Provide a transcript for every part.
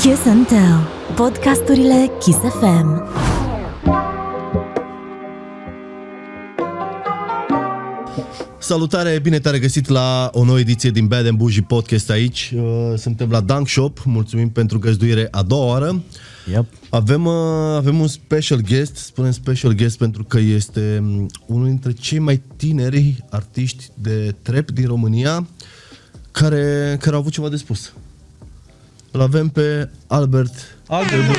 Kiss and Tell. Podcasturile Kiss FM. Salutare, bine te-a regăsit la o nouă ediție din Bad Bougie Podcast aici. Uh, Suntem la Dunk Shop, mulțumim pentru găzduire a doua oară. Yep. Avem, uh, avem un special guest, spunem special guest pentru că este mm, unul dintre cei mai tineri artiști de trap din România care, care au avut ceva de spus. Îl avem pe Albert. Albert, bună!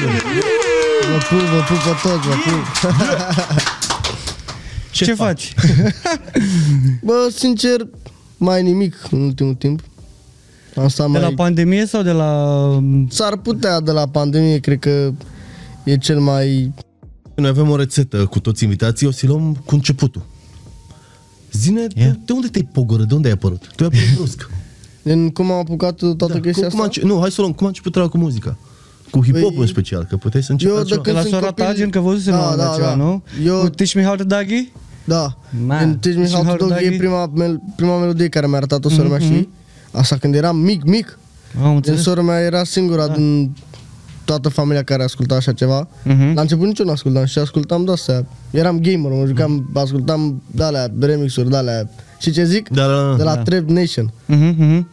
Vă pup, vă pup pe toți, vă pup. Ce, Ce faci? Bă, sincer, mai nimic în ultimul timp. Asta De la mai... pandemie sau de la... S-ar putea de la pandemie, cred că e cel mai... Noi avem o rețetă cu toți invitații, o să luăm cu începutul. Zine, yeah. Yeah. de, de unde te-ai pogorât? De unde ai apărut? Tu ai apărut brusc. În cum am apucat toată Da, chestia cum, cum a, asta? înce- Păi, nu, hai să luăm, cum a început treaba cu muzica? Cu hip hop în special, că puteai să începi eu altceva. De de Când la sunt sora copil- ta, gen că văzusem Da, la un moment dat da, ceva, da. nu? Eu- Cu Teach Me How to Doggy? Da. Man, În Teach Me Teach Me How How to to Dog e Doggy. prima, mel- prima melodie care mi-a arătat-o sora mea și asta când eram mic, mic. Am Gen, Mhm. înțeles. Da. sora mea era singura din toată familia care asculta așa ceva. Mhm. La început nici eu nu ascultam și ascultam de-astea. Eram gamer, mă jucam, ascultam de-alea, remix-uri de-alea. Și ce zic? Da, da, da. de la Trap Nation. Mhm, mhm.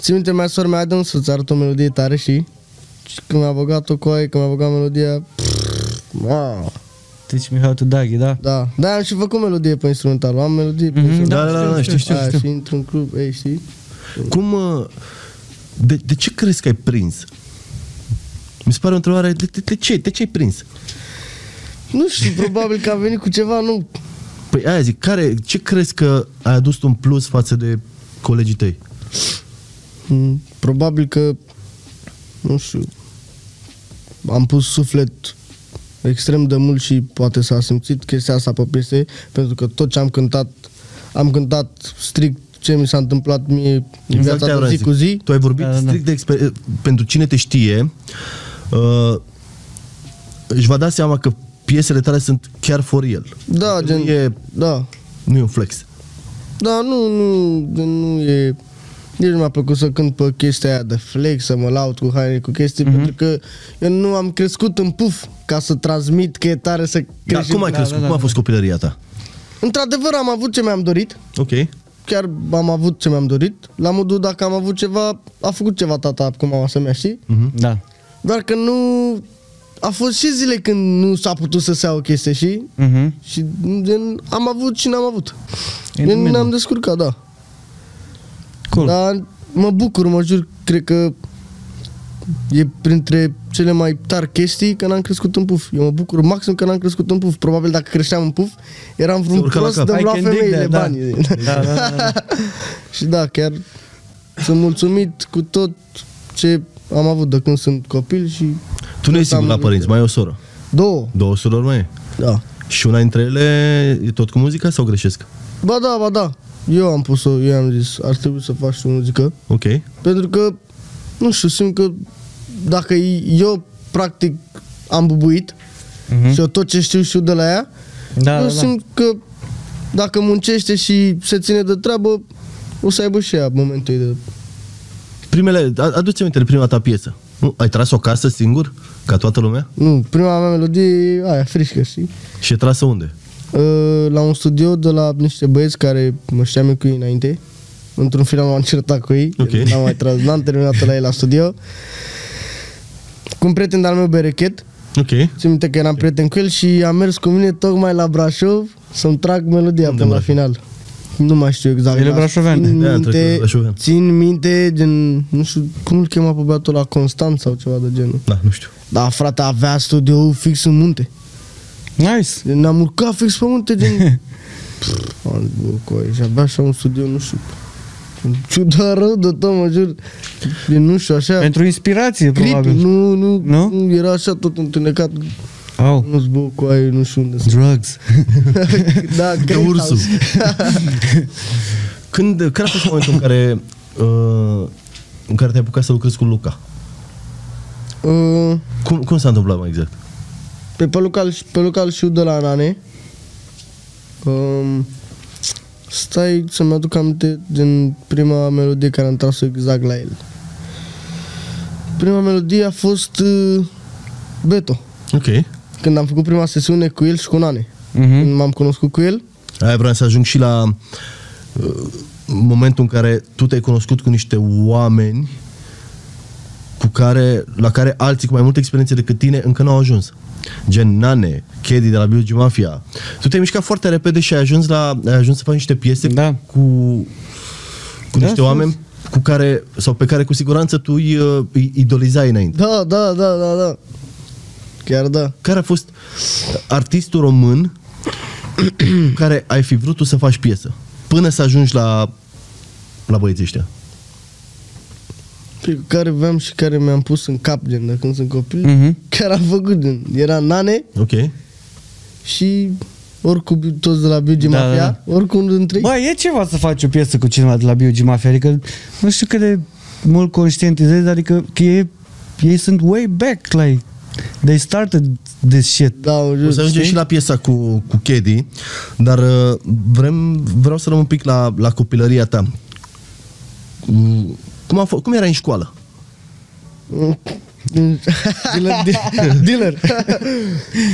Ți minte mea sora mea Adam să-ți arăt o melodie tare și... și când mi-a băgat-o cu aia, când mi-a băgat melodia... Wow. Teach Me How to Doggy, da. Da, da, am și făcut melodie pe instrumental, am melodie pe instrumental. da, da, da, da, știu, știu, Aia, știu. Și intru în club, ei, știi? Cum, uh, de, de ce crezi că ai prins? Mi se pare o întrebare, de, de, de ce? De ce ai prins? Nu știu, probabil că a venit cu ceva nu. Păi aia zic, care, ce crezi că ai adus tu un plus față de colegii tăi? Mm, Probabil că, nu știu, am pus suflet extrem de mult și poate s-a simțit chestia asta pe piese, pentru că tot ce am cântat, am cântat strict ce mi s-a întâmplat mie în Exact aia viața de vreau zi să cu zic. zi. Tu ai vorbit Da, da, da, da. strict de exper- pentru cine te știe, uh, își va da seama că piesele tale sunt chiar for el. Da, Că gen, Nu e, da. nu e un flex. Da, nu, nu, gen, nu e... Nici nu mi-a plăcut să cânt pe chestia aia de flex, să mă laud cu haine, cu chestii, Mhm. mm-hmm. pentru că eu nu am crescut în puf ca să transmit că e tare să Dar crești. cum ai da, crescut? da, Cum a da. fost copilăria ta? Într-adevăr am avut ce mi-am dorit, Ok. chiar am avut ce mi-am dorit. La modul dacă am avut ceva, a făcut ceva tata cu mama să mea, știi? Da. Doar că nu... A fost și zile când nu s-a putut să se ia o chestie, și Mhm. Și gen, am avut și n-am avut. E Gen, în ne-am mediu. descurcat, da. Cool. Dar mă bucur, mă jur, cred că e printre cele mai tari chestii că n-am crescut în puf. Eu mă bucur maxim că n-am crescut în puf. Probabil dacă creșteam în puf, eram vreun urca la prost cap. de I lua can dig femeile that, da. banii. Da, da, da, da. și da, chiar sunt mulțumit cu tot ce am avut de când sunt copil și Tu nu Tot ești singur am la avut părinți, mai e o soră. două. Două surori mai e. Da. Și una dintre ele e tot cu muzica sau greșesc? Ba da, ba da. Eu am pus-o, eu am zis, ar trebui să faci tu muzică. Ok. Pentru că, nu știu, simt că dacă eu practic am bubuit Mhm. și eu tot ce știu știu de la ea, Da, eu da, da. simt că dacă muncește și se ține de treabă, o să aibă și ea momentul ei de... Primele, a- aduți aminte de prima ta piesă. Nu? Ai tras o casă singur, ca toată lumea? Nu, prima mea melodie e aia, frișcă, știi? Și e trasă unde? Uh, La un studio de la niște băieți care mă știam eu cu ei înainte. Într-un film am certat cu ei, Ok. n-am mai tras, n-am terminat la ei la studio. Cu un prieten de-al meu, Berechet, Ok. Țin minte că eram prieten cu el și a mers cu mine tocmai la Brașov să-mi trag melodia Unde până la Brașov? final. Nu mai știu exact. El e dar brașovean. Țin Da, trebuie să minte, fie brașovean. țin minte gen, nu știu, cum îl chema pe băiatul la Constant sau ceva de genul. Da, nu știu. Da, frate, avea studio fix în munte. Nice. Gen, Ne-am urcat fix pe munte, gen... Pff, am zis, bă, coi, și avea așa un studio, nu știu. în Ciuda rău de tot, mă jur. Gen, nu știu, așa... Pentru inspirație, Creepy, probabil. nu, nu, Nu? nu, era așa tot întunecat, Au. nu-ți bă, cu aia, nu știu unde să Drugs. da, Ca Grey ursul. House. Când, care a fost momentul în care, uh, în care te-ai apucat să lucrezi cu Luca? Uh, Cum, cum s-a întâmplat mai exact? pe, pe, local, pe local știu de la Nane. Um, stai să-mi aduc aminte din prima melodie care am tras exact la el. prima melodie a fost uh, Beto. Ok. Când am făcut prima sesiune cu el și cu Nane. Mhm. Când m-am cunoscut cu el, Aia vreau să ajung și la uh, momentul în care tu te-ai cunoscut cu niște oameni cu care, la care alții cu mai multă experiență decât tine încă nu au ajuns. Gen Nane, Kedi de la Biology Mafia. Tu te-ai mișcat foarte repede și ai ajuns, la, ai ajuns să faci niște piese Da. cu, cu Da, niște frumos. oameni cu care, sau pe care cu siguranță tu îi, uh, îi idolizai înainte. da, da, da, da, da. Chiar da. Care a fost artistul român cu care ai fi vrut tu să faci piesă? Până să ajungi la, la băieții ăștia. Pe Păi, care aveam și care mi-am pus în cap, gen, de când sunt copil, Mhm. chiar am făcut, gen. Era Nane Ok? și oricum toți de la Biugi Da, da, da, Mafia, oricum dintre ei. Bă, e ceva să faci o piesă cu cineva de la Biugi Mafia, adică nu știu cât de mult conștientizezi, adică că e, ei sunt way back, like, they started this shit. Da, mă O jur, să ajungem știi? și la piesa cu, cu Kedi, dar uh, vrem, vreau să rămân un pic la, la copilăria ta. Mm, Cum, a f- cum era în școală? Mm. dealer. de- dealer.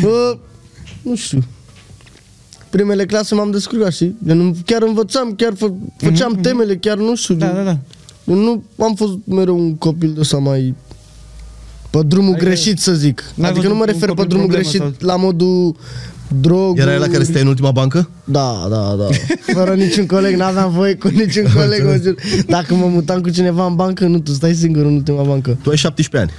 Bă, nu știu. Primele clase m-am descurcat și eu chiar învățam, chiar fă, făceam temele, chiar nu știu. Da, gen, da, da. Eu nu am fost mereu un copil de ăsta mai pe drumul Adică- greșit, să zic. N-ai Adică fost nu mă un- un refer pe copil drumul problemă greșit sau- la modul droguri. Era la care stai în ultima bancă? Da, da, da. Fără niciun coleg, n-aveam voie cu niciun coleg. mă jur. Dacă mă mutam cu cineva în bancă, nu, tu stai singur în ultima bancă. Tu ai 17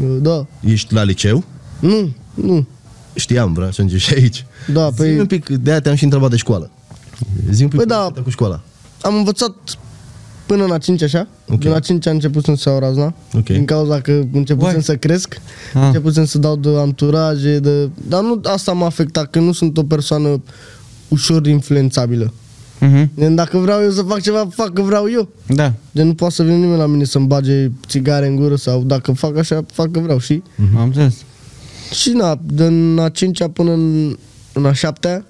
ani, Eu, Da. ești la liceu, Nu, nu. știam, vreau să ajungi și aici. Da, Păi... Zi un păi pic, de-aia te-am și întrebat de școală. Zi un pic Păi da. povestea cu școala. am învățat până în a 5 așa. Ok. Din a 5 a început să-mi se iau razna. Ok. Din cauza că începusem Uai. să cresc, Ah. începusem să dau de anturaje, de... Dar nu asta m-a afectat, că nu sunt o persoană ușor influențabilă. Mhm. Gen, dacă vreau eu să fac ceva, fac că vreau eu. Da. Gen, nu poate să vină nimeni la mine să-mi bage țigare în gură sau dacă fac așa, fac că vreau, și Am înțeles. Și na, din a cincea până în, în a șaptea,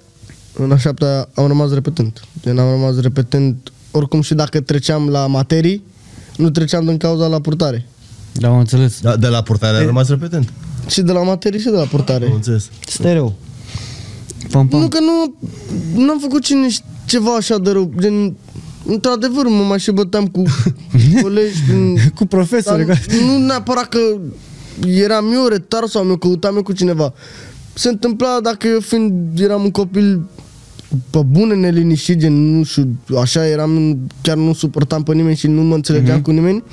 în a șaptea am rămas repetent. Gen, am rămas repetent, oricum și dacă treceam la materii, nu treceam din cauza la purtare. Da, am înțeles. Da, de la portare a rămas repetent. Și de la materii și de la Am purtare. înțeles. Stereo. Pam, pam. Nu că nu, nu am făcut cine ș- ceva așa de rău, gen, într-adevăr mă mai și băteam cu colegi din Cu profesori. Dar Dar... nu neapărat că eram eu retard sau mi-o căutam eu cu cineva. Se întâmpla dacă eu fiind, eram un copil pe bune neliniștit, gen, nu știu, așa eram, chiar nu suportam pe nimeni și nu mă Mhm. înțelegeam mm-hmm. cu nimeni,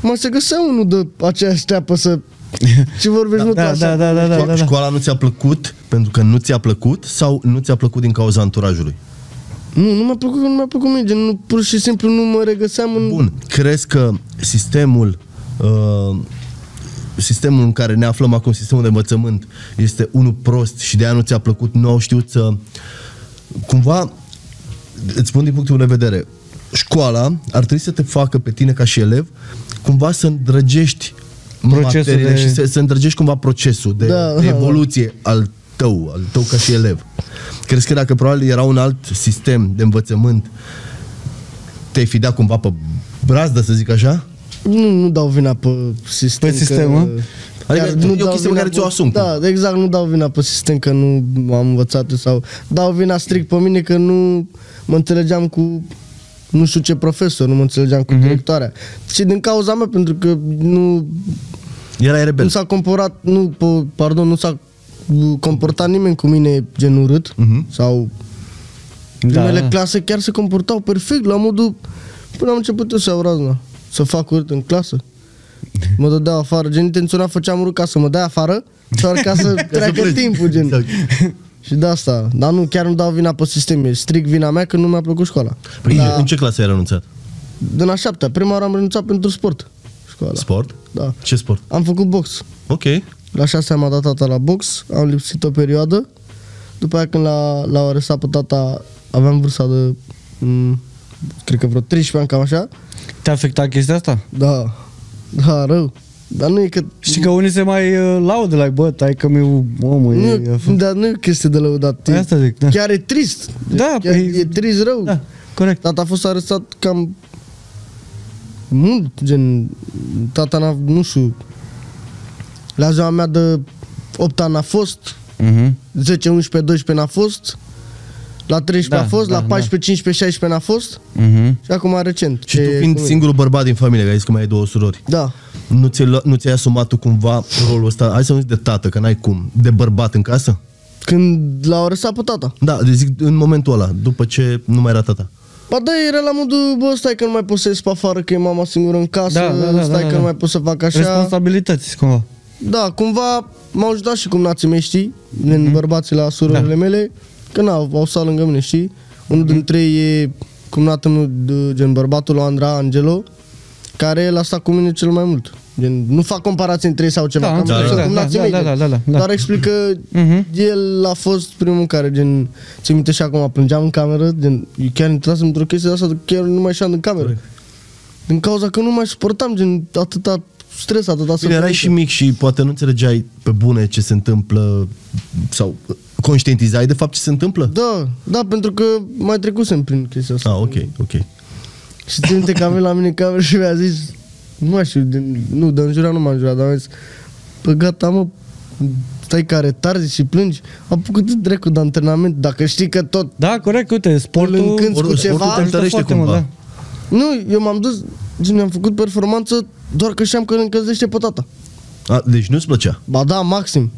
mă se găsea unul de aceeași teapă să... Ce vorbești, nu Da, da, da, da, da, da, da. Școala nu ți-a plăcut pentru că nu ți-a plăcut sau nu ți-a plăcut din cauza anturajului? Nu, nu mi-a plăcut, că nu mi-a plăcut mie, gen, nu, pur și simplu nu mă regăseam Mm. în... Bun, crezi că sistemul uh, sistemul în care ne aflăm acum, sistemul de învățământ, este unul prost și de aia nu ți-a plăcut, nu au știut să... Cumva, îți spun din punctul meu de vedere, școala ar trebui să te facă pe tine ca și elev cumva să îndrăgești Procesul materiile de- și să, să îndrăgești cumva procesul de, Da, de da, da. evoluție al tău, al tău ca și elev. Crezi că dacă probabil era un alt sistem de învățământ, te-ai fi dat cumva pe brazdă, să zic așa? Nu, nu dau vina pe sistem. Pe sistem, mă? Chiar Adică e o dau chestie pe vina care ți-o pe- asumi, Da, exact, nu dau vina pe sistem că nu am învățat sau dau vina strict pe mine că nu mă înțelegeam cu nu știu ce profesor, nu mă înțelegeam Mhm. cu directoarea. Și din cauza mea, pentru că nu, Erai nu rebel. s-a comparat, nu, po- pardon, nu s-a uh, comportat nimeni cu mine gen urât Mhm. sau Da, primele da. clase chiar se comportau perfect, la modul... Până am început eu să iau razna, să fac urât în clasă. Mă dădeau afară, gen intenționat făceam urât ca să mă dea afară, doar ca să treacă pleci. timpul, gen. Exact. Și de asta, dar nu, chiar nu dau vina pe sistem, e strict vina mea că nu mi-a plăcut școala. Păi da. în ce clasă ai renunțat? Din a șaptea, prima oară am renunțat pentru sport, școala. Sport? Da. Ce sport? Am făcut box. Ok. La șase am dat tata la box, am lipsit o perioadă. După aia când l-a, l-a arestat pe tata, aveam vârsta de, m- cred că vreo 13 ani, cam așa. Te-a afectat chestia asta? Da, da, rău. Dar nu e că... Știi că unii se mai uh, laudă, like, bă, tai că mi-u omul. Nu, e- a e, fost- dar nu e chestie de lăudat. Păi E- asta zic, da. Chiar e trist. Da, chiar păi- E trist rău. Da, corect. Tata a fost arestat cam Mult, gen, tata n-a, nu știu, la ziua mea de 8 ani a fost, Mhm. 10, 11, 12 n-a fost, la 13 Da, a fost, da, la da. 14, 15, 16 n-a fost Mhm. și acum recent. Și tu E- fiind singurul bărbat din familie, că ai zis că mai ai două surori, Da, nu, ți-ai, lua- nu ți-ai asumat tu cumva rolul ăsta, hai să nu zic de tată, că n-ai cum, de bărbat în casă? când l-a răsat pe tata. Da, de zic în momentul ăla, după ce nu mai era tata. Ba da, era la modul, bă, stai că nu mai poți să ies pe afară, că e mama singură în casă, Da, da, da, stai da, că da. nu mai pot să fac așa. Responsabilități, cumva. Da, cumva m-au ajutat și cumnații mei, știi? Din mm-hmm. bărbații la surorile Mhm. Da. Mhm. da. mele, că na, au stat lângă mine, știi? Unul mm-hmm. dintre ei e cumnatul meu, de- gen bărbatul lui Andra Angelo, care el a stat cu mine cel mai mult. Gen, nu fac comparații între ei sau ceva, Da, că am am înțeles, văzut da, cumnații da, mei, da, gen. da, da, da. Doar explic că Mhm. el a fost primul care, gen, ți minte și acum, plângeam în cameră, gen, eu chiar intrasem într-o chestie de asta, chiar nu mai ieșeam din cameră. Din cauza că nu mai suportam, gen, atâta stres, atâta Bine, erai și mic și poate nu înțelegeai pe bune ce se întâmplă sau uh, conștientizai de fapt ce se întâmplă? Da, da, pentru că mai trecusem prin chestia asta. Ah, ok, ok. Și țin minte că am venit la mine în cameră și mi-a zis, nu mai știu, din, nu, de înjurat nu m-am jurat, dar am zis, pă gata, mă, stai care tarzi și plângi, apucă-te dracu de antrenament, dacă știi că tot... Da, corect, uite, sportul... Îl încânți cu Sportul ceva, te ajută întărește foarte cumva. mult, Mult, Nu, eu m-am dus, gen, am făcut performanță doar că știam că îl încălzește pe tata. da. A, deci nu-ți plăcea. Ba da, maxim.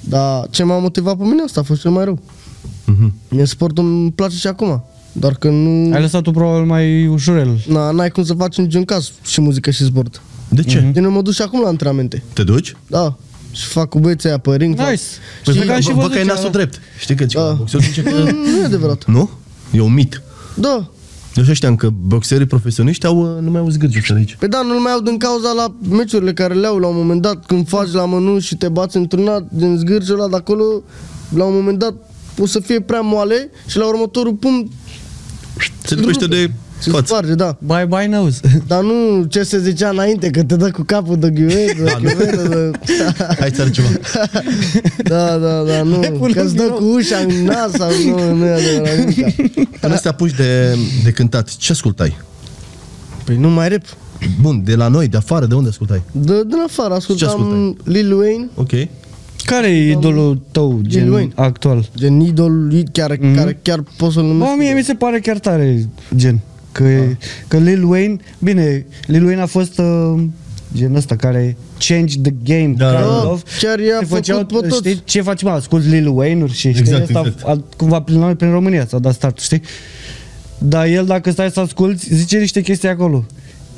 Dar ce m-a motivat pe mine asta a fost cel mai rău. Mhm. Mie sportul îmi place și acum, doar că nu... Ai lăsat-o probabil mai ușurel. Na, n-ai cum să faci în niciun caz și muzică și sport. De ce? Gen, eu mă duc și acum la antrenamente. Te duci? Da. Și fac cu băieții aia pe ring. fac- Nice! Păi Și- bă, am și bă, bă, văzut că ai ce- nasul drept. Știi că Da. da. boxerul zice că... Nu, nu e adevărat. nu? E un mit. Da. Eu așa știam că boxerii profesioniști au, uh, nu mai au zgârciuțele aici. Păi da, nu-l mai au din cauza la meciurile care le au la un moment dat, când faci la mănu și te bați într-una din zgârciul ăla de acolo, la un moment dat o să fie prea moale și la următorul pum Se lipește de se față. sparge, da. Bye bye nose. Dar nu ce se zicea înainte, că te dă cu capul de ghiuvetă, de ghiuvetă, de... Hai ți ceva. Da, da, da, nu, pun că în îți dă birou. cu ușa în nas sau nu, nu e adevărat. nimica. Până să te apuci de, de cântat, ce ascultai? Păi nu mai rep. Bun, de la noi, de afară, de unde ascultai? De, din afară ascultam ascultai? Lil Wayne, Ok. Care e idolul tău, gen Wayne. actual? gen idol, chiar, Mhm. mm-hmm. care chiar pot să-l numesc. Bă, mie mi se pare chiar tare, gen. Că, e, Ah. că Lil Wayne, bine, Lil Wayne a fost uh, gen ăsta care change the game. Da, kind da, da. of. Chiar i-a Se făcut pe toți. Știi ce faci, mă, ascult Lil Wayne-uri și știi, Exact, ăsta exact. A, cumva prin, la noi, prin România s-a dat start, știi? Dar el, dacă stai să asculti, zice niște chestii acolo.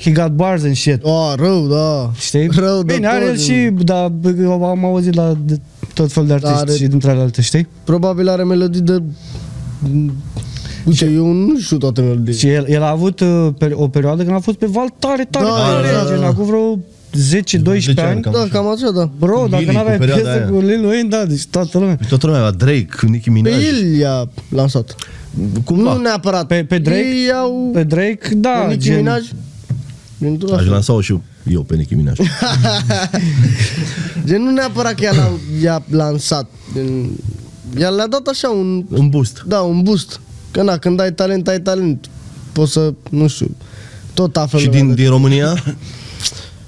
He got bars and shit. Oh, rău, da. Știi? Rău de Bine, are tot. Da, el și, da, b- am auzit la de, tot felul de artiști Are- Da. și dintre ale alte, știi? Probabil are melodii de... Uite, eu nu știu toate melodiile. Și el, el a avut uh, pe- o perioadă când a fost pe val tare, tare, Da, tare, da, da, gen, da. acum vreo 10-12 ani, ani. cam. Da, cam așa, da. Bro, dacă Lili, n-aveai cu perioada piesă aia. cu Lil Wayne, da, deci toată lumea. Toată lumea avea Drake, Nicki Pe da, Minaj. el i-a lansat. Cumva. Nu neapărat. Ah, Pe, pe Drake, Ei au... pe Drake, da, Nicki gen, Minaj. Gen, tu Aș așa. lansa-o și eu pe Nicki Minaj. Gen, nu neapărat că ea l-a, i-a lansat. Gen, ea le-a dat așa un... În boost. Da, un boost. Că na, când ai talent, ai talent. Poți să, nu știu, tot află Și lumea din, de- din România?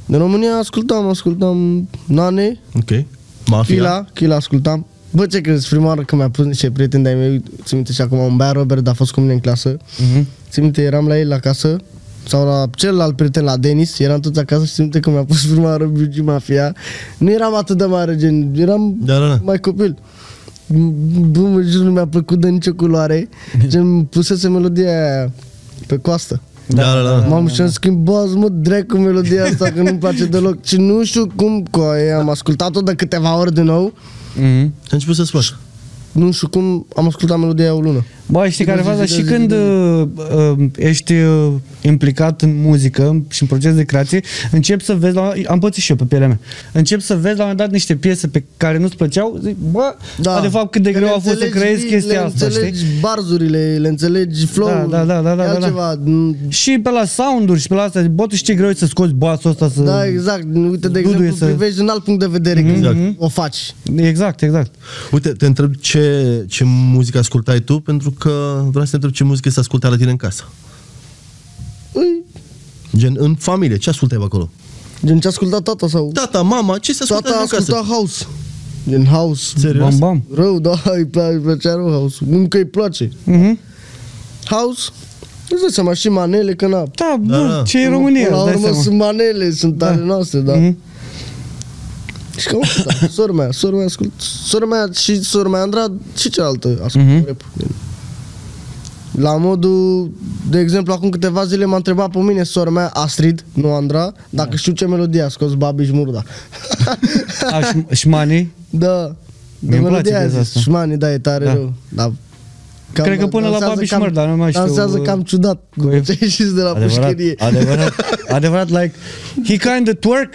Din România ascultam, ascultam Nane, Ok. Mafia. Chila, Chila ascultam. Bă, ce crezi, prima oară când mi-a pus niște prieteni de-ai mei, ți minte și acum un băiat Robert a fost cu mine în clasă. Mhm. Ți minte, eram la el la casă, sau la celălalt prieten, la Denis, eram toți acasă și ți minte că mi-a pus prima oară Biugi Mafia. Nu eram atât de mare, gen, eram Da, da, da. mai copil. Bă, mă jur, nu mi-a plăcut de nicio culoare. Gen, pusese melodia aia pe coastă. Da, da, da. Mamă, și-am schimbat, mă, dracu, melodia asta, că nu-mi place deloc. Și nu știu cum, coaie, am ascultat-o de câteva ori din nou. Mhm. Și a început să-ți faci. Nu știu cum am ascultat melodia aia o lună. Bă, știi care e faza? Și când uh, uh, ești uh, implicat în muzică și în proces de creație, încep să vezi, la, am pățit și eu pe pielea mea, încep să vezi la un moment dat niște piese pe care nu-ți plăceau, zic, bă, da. de fapt cât de Că greu le a fost să înțelegi creezi chestia le asta, înțelegi știi? barzurile, le înțelegi flow da, da, da, da, da. altceva. Și pe la sound-uri și pe la astea, bă, tu știi ce greu e să scoți basul ăsta să... Da, exact. Uite, de Duduie exemplu, să- Mhm. privești din alt punct de vedere când Exact. o faci. Exact, exact. Uite, te întreb ce, ce muzică ascultai tu, pentru că vreau să te întreb ce muzică se asculta la tine în casă. Ui, Gen, în familie, ce ascultai pe acolo? Gen ce asculta tata sau... Tata, mama, ce se asculta tata în casă? asculta house. Gen house. Serios? Bam, bam. Rău, da, îi, pla- îi plăcea rău house. Încă îi place. Mhm. House. Îți dai seama, și manele, că na... Da, Da, da. bă, ce e România, La îți dai urmă seama. sunt manele, sunt Da. ale noastre, da. Mhm. Și cam asta, sora mea, sora mea ascult, sora mea și sora mea Andrad și cealaltă ascult Mhm. rap. La modul, de exemplu, acum câteva zile m-a întrebat pe mine sora mea, Astrid, nu Andra, dacă Da. știu ce melodie a scos Babi și Murda. A, și- și Mani, da, de Mie îmi place melodia aia piesa zis, asta. șmani, da, e tare Da. rău. Da. Cam, Cred că până la dansează Babi și cam- Murda, nu mai știu, Dansează uh, cam ciudat, cu cu- ce ieșiți de la adevărat, pușcărie. adevărat, adevărat, like, he kind of twerk.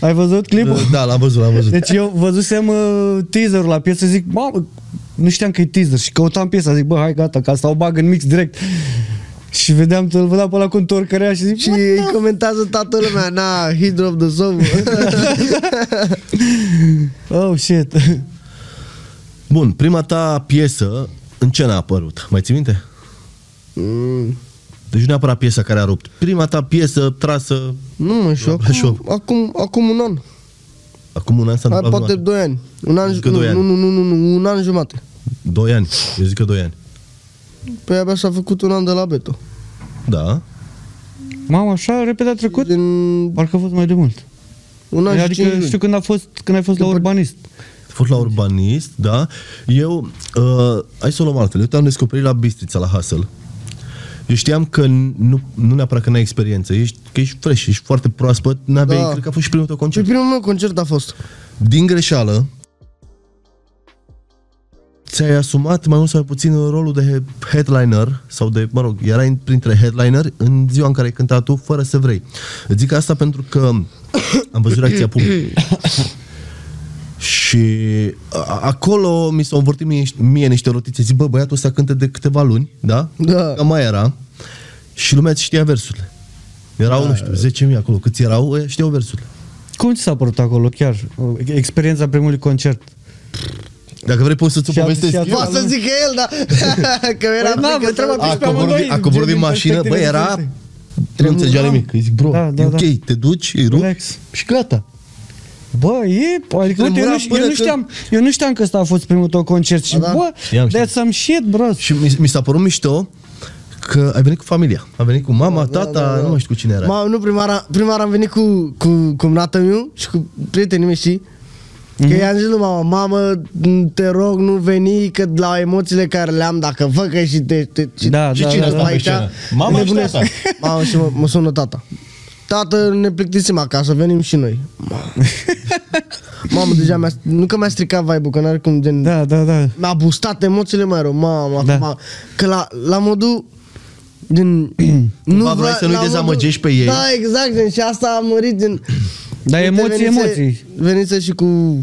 Ai văzut clipul? Da, l-am văzut, l-am văzut. Deci eu văzusem uh, teaserul la piesă, zic, mamă, nu știam că e teaser și căutam piesa, zic, bă, hai, gata, ca asta o bag în mix direct. Și vedeam, îl vedeam pe ăla cu întorcărea și zic, Și îi comentează toată lumea, na, he dropped the song. oh, shit. Bun, prima ta piesă, în ce n-a apărut? Mai ții minte? Mm, Deci nu neapărat piesa care a rupt. Prima ta piesă trasă nu mă, și La Brașov. acum, acum, acum un an, acum un an sau Hai, două poate ani? doi ani. Un an, Încă nu, doi ani. nu, nu, nu, nu, nu, un an jumate. Doi ani. Eu zic că doi ani. Păi abia s-a făcut un an de la Beto. Da. Mamă, așa repede a trecut? Din Parcă a fost mai de mult. un an și cinci Adică luni. știu când, a fost, când ai fost la urbanist. A fost la urbanist, da. Eu, uh, hai să o luăm altfel. Eu te-am descoperit la Bistrița, la Hustle. Eu știam că nu, nu neapărat că n-ai experiență, ești, că ești fresh, ești foarte proaspăt, n-aveai, Da. cred că a fost și primul tău Și concert. primul meu concert a fost. Din greșeală, ți-ai asumat mai mult sau mai puțin rolul de he- headliner sau de, mă rog, erai printre headliner în ziua în care ai cântat tu fără să vrei. Îți Zic asta pentru că am văzut reacția publicului. Și a- acolo mi s-au învârtit mie, mie niște rotițe. Zic, bă, băiatul ăsta cântă de câteva luni, da? Da. Că mai era. Și lumea îți știa versurile. Erau, Da. nu știu, 10.000 acolo. Câți erau, ăia știau versurile. Cum ți s-a părut acolo, chiar? uh, Experiența primului concert. Dacă vrei poți să-ți o Și a- povestesc. și a- Poate să zic el, da, că era Păi, na, frică vă treaba trebuie- A Deci pe coborât, amândoi, a coborât din gen, mașină, bă, perspective era... diferite. Nu înțelegea Da. nimic. Îi zic, bro, Da, da, da, da, e ok, da. te duci, îi rup Relax. și gata. Bă, e, adică uite, eu, Tremura nu, până eu, nu când- știam, eu nu știam că ăsta a fost primul tău concert și Ba da. bă, Știam, știam. that's some shit, bro. Și mi, mi s-a părut mișto că ai venit cu familia. A venit cu mama, da, tata, da, da, da. nu mai știu cu cine era. Ma- Ma, nu, prima oară, prima oară am venit cu, cu, cu mnata meu și cu prietenii mei, știi? Că Mhm. mm-hmm. i-am zis lui mama, mamă, m, te rog, nu veni, că la emoțiile care le am, dacă vă că și te... te și, Da, și da, cine da, stă da. aici? Pe scenă. Mama și Nebunesc. tata. Mamă, și mă, mă sună tata. Tată, ne plictisim acasă, venim și noi. Mamă. Mamă, deja mi-a, nu că mi-a stricat vibe-ul, că n-are cum, gen, Da, da, da. mi-a boostat emoțiile mai rău, Da. mamă, da. acum, că la, la modul din, nu vrei să nu-i la modul- dezamăgești pe ei. Da, exact, gen, și asta a mărit din... Dar Uite, emoții, venise- emoții. Venise și cu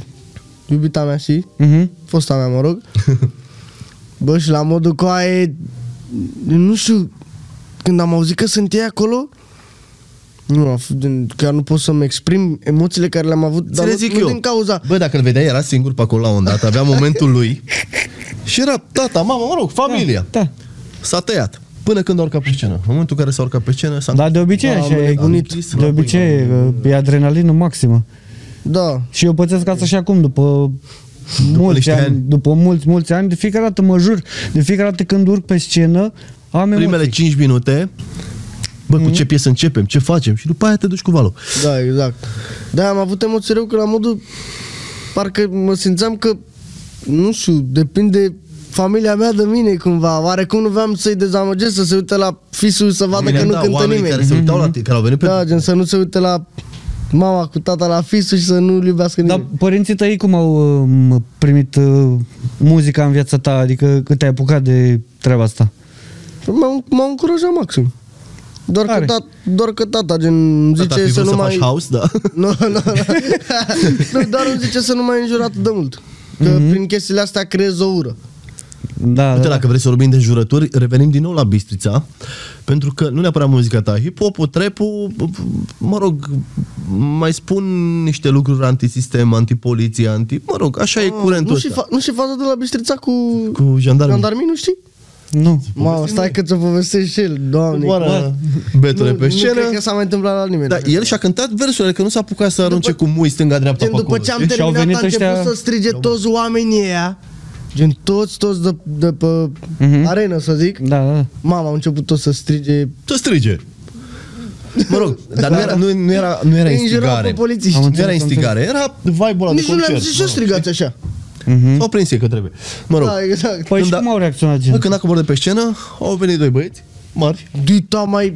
iubita mea și Mhm. fosta mea, mă rog. Bă, și la modul cu aia nu știu, când am auzit că sunt ei acolo, nu, a fost din, chiar nu pot să-mi exprim emoțiile care le-am avut, Ți dar le nu, zic nu eu. din cauza. Bă, dacă îl vedeai, era singur pe acolo la un dat, avea momentul lui și era tata, mama, mă rog, familia. Da. S-a tăiat. Până când a urcat pe scenă. În momentul în care s-a urcat pe scenă, s-a... Dar de obicei Da, așa am e, nebunit. de obicei e, e adrenalină maximă. Da, Și eu pățesc asta și acum, după, mulți niște ani, ani. după mulți, mulți ani, de fiecare dată mă jur, de fiecare dată când urc pe scenă, am emoții. Mhm. Primele 5 minute, bă, cu ce piesă începem, ce facem și după aia te duci cu valul. Da, exact. Da, am avut emoții rău că la modul... Parcă mă simțeam că, nu știu, depinde familia mea de mine cumva. Oarecum nu vreau să-i dezamăgesc, să se uite la fisul să vadă Oamenii- că nu da, cântă oamenii nimeni. care se uitau la tine, care au venit pe Da, gen să nu se uite la mama cu tata la fisul și să nu-l iubească Da. Dar nimeni. părinții tăi cum au um, primit uh, muzica în viața ta? Adică cât te-ai apucat de treaba asta? M-au, m-au încurajat maxim. Doar Tare. că, tat, doar că tata, gen, îmi Tata, zice fi să vrut nu să mai... faci house, da. Nu, nu, nu. Nu, Doar îmi zice să nu mai înjur atât de mult. Că Mhm. prin chestiile astea creez o ură. Da, Uite, da. dacă vrei să vorbim de jurături, revenim din nou la Bistrița, pentru că nu neapărat muzica ta, hip-hop-ul, trap-ul, mă rog, mai spun niște lucruri antisistem, antipoliție, anti... Mă rog, așa e Ah, nu curentul și, ăsta. fa- nu și faza de la Bistrița cu, Cu jandarmii. jandarmii, nu știi? da. Nu. Mamă, stai că ți-o povestești și el, doamne. Oară betule da. nu, pe nu cred că scenă. s-a mai întâmplat la nimeni. Dar Da, el și-a cântat versurile, că nu s-a apucat să arunce După- cu mui stânga-dreapta Gen, pe după acolo. ce am știi? Deci au terminat, a venit început ăștia- să strige toți oamenii ăia. Gen, toți, toți de, de pe Mhm. arenă, să zic. Da, da, da. Mama, au început tot să strige. Te strige. Mă rog, dar nu era, nu, nu era, nu era Îi înjurau instigare. pe polițiști. Am Nu înțeles, era am instigare, era vibe-ul ăla de Nici nu concert. le-am da. zis și eu strigați așa. Mhm. S-au prins ei că trebuie. Mă rog, Da, exact. Păi și Când a- cum au reacționat bă, gen? când a coborât de pe scenă, au venit doi băieți mari, Dita mai...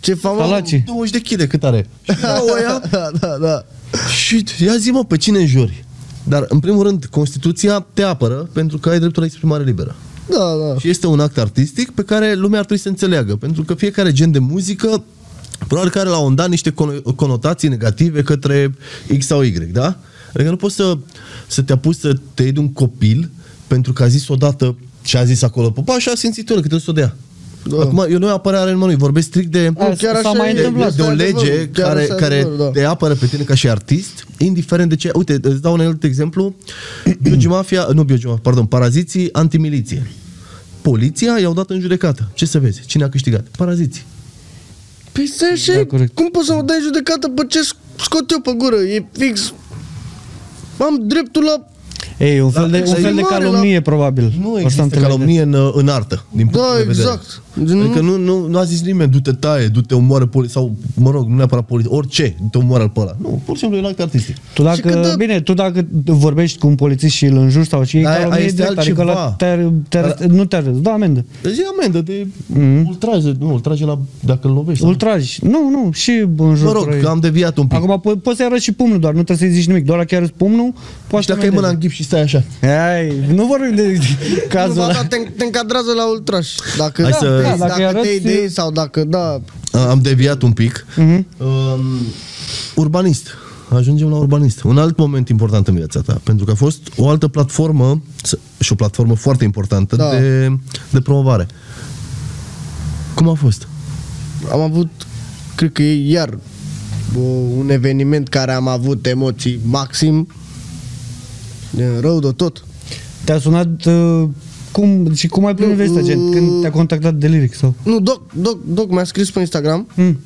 Ce famă? Salaci. 20 de kg cât are. Și Da, erau ăia da, da, da. Și ia zi mă, pe cine înjuri? Dar, în primul rând, Constituția te apără pentru că ai dreptul la exprimare liberă. Da, da. Și este un act artistic pe care lumea ar trebui să înțeleagă, pentru că fiecare gen de muzică probabil că are la un dat niște cono- conotații negative către X sau Y, da? Adică nu poți să, să te apuci să te iei de un copil pentru că a zis odată ce a zis acolo popa și a simțit el câte o să o dea. Da. Da. Acum, eu nu e apărare în mânui, vorbesc strict de A, chiar s-a așa mai e. întâmplat. de o Asta e lege adevărul, chiar care, asta e care adevărul, da. te apără pe tine ca și artist, indiferent de ce... Uite, îți dau un alt exemplu. Biogimafia, nu biogimafia, pardon, paraziții antimiliție. Poliția i-au dat în judecată. Ce să vezi? Cine a câștigat? Paraziții. Păi stai așa, Da, e. corect. cum poți să mă dai judecată pe ce sc- scot eu pe gură? E fix. Am dreptul la... Ei, un fel Da, de, un fel de exprimare, calomnie, probabil. Nu Asta există înțeleg. da. calomnie în, în artă, din punct Da, de vedere. exact. Gen, Adică nu, nu, nu a zis nimeni, du-te taie, du-te omoară poliția, sau, mă rog, nu neapărat poliția, orice, du-te omoară pe ăla. Nu, pur și simplu e un act artistic. Tu Și dacă, când dă- bine, tu dacă vorbești cu un polițist și îl înjuri sau și ei Aia- aia calomnie, este direct, adică altceva. la te, te arest, Dar- nu te arest, da amendă. Deci e amendă de ultraje, nu, ultraje la, dacă îl lovești. sau- Ultraj. Nu, nu, și înjurături. Mă rog, că am deviat un pic. Acum po- poți să-i arăți și pumnul doar, nu trebuie să-i zici nimic, doar dacă i arăți pumnul, poți Și Deci dacă ai mâna în ghip și stai așa. Ai, nu vorbim de cazul Cazul ăla. da, te, te încadrează la ultraș. Dacă, Hai da, să- da, dacă dacă, dacă arăți- te idei sau dacă da... A, Am deviat un pic. Mhm. Um, urbanist. Ajungem la urbanist. Un alt moment important în viața ta, pentru că a fost o altă platformă s- și o platformă foarte importantă Da. de, de promovare. Cum a fost? am avut, cred că e iar o, un eveniment care am avut emoții maxim, din rău de tot. Te-a sunat uh, cum, și cum ai plinit vestea, gen, uh. când te-a contactat de lyric sau... Nu, Doc, Doc, Doc mi-a scris pe Instagram. Mm.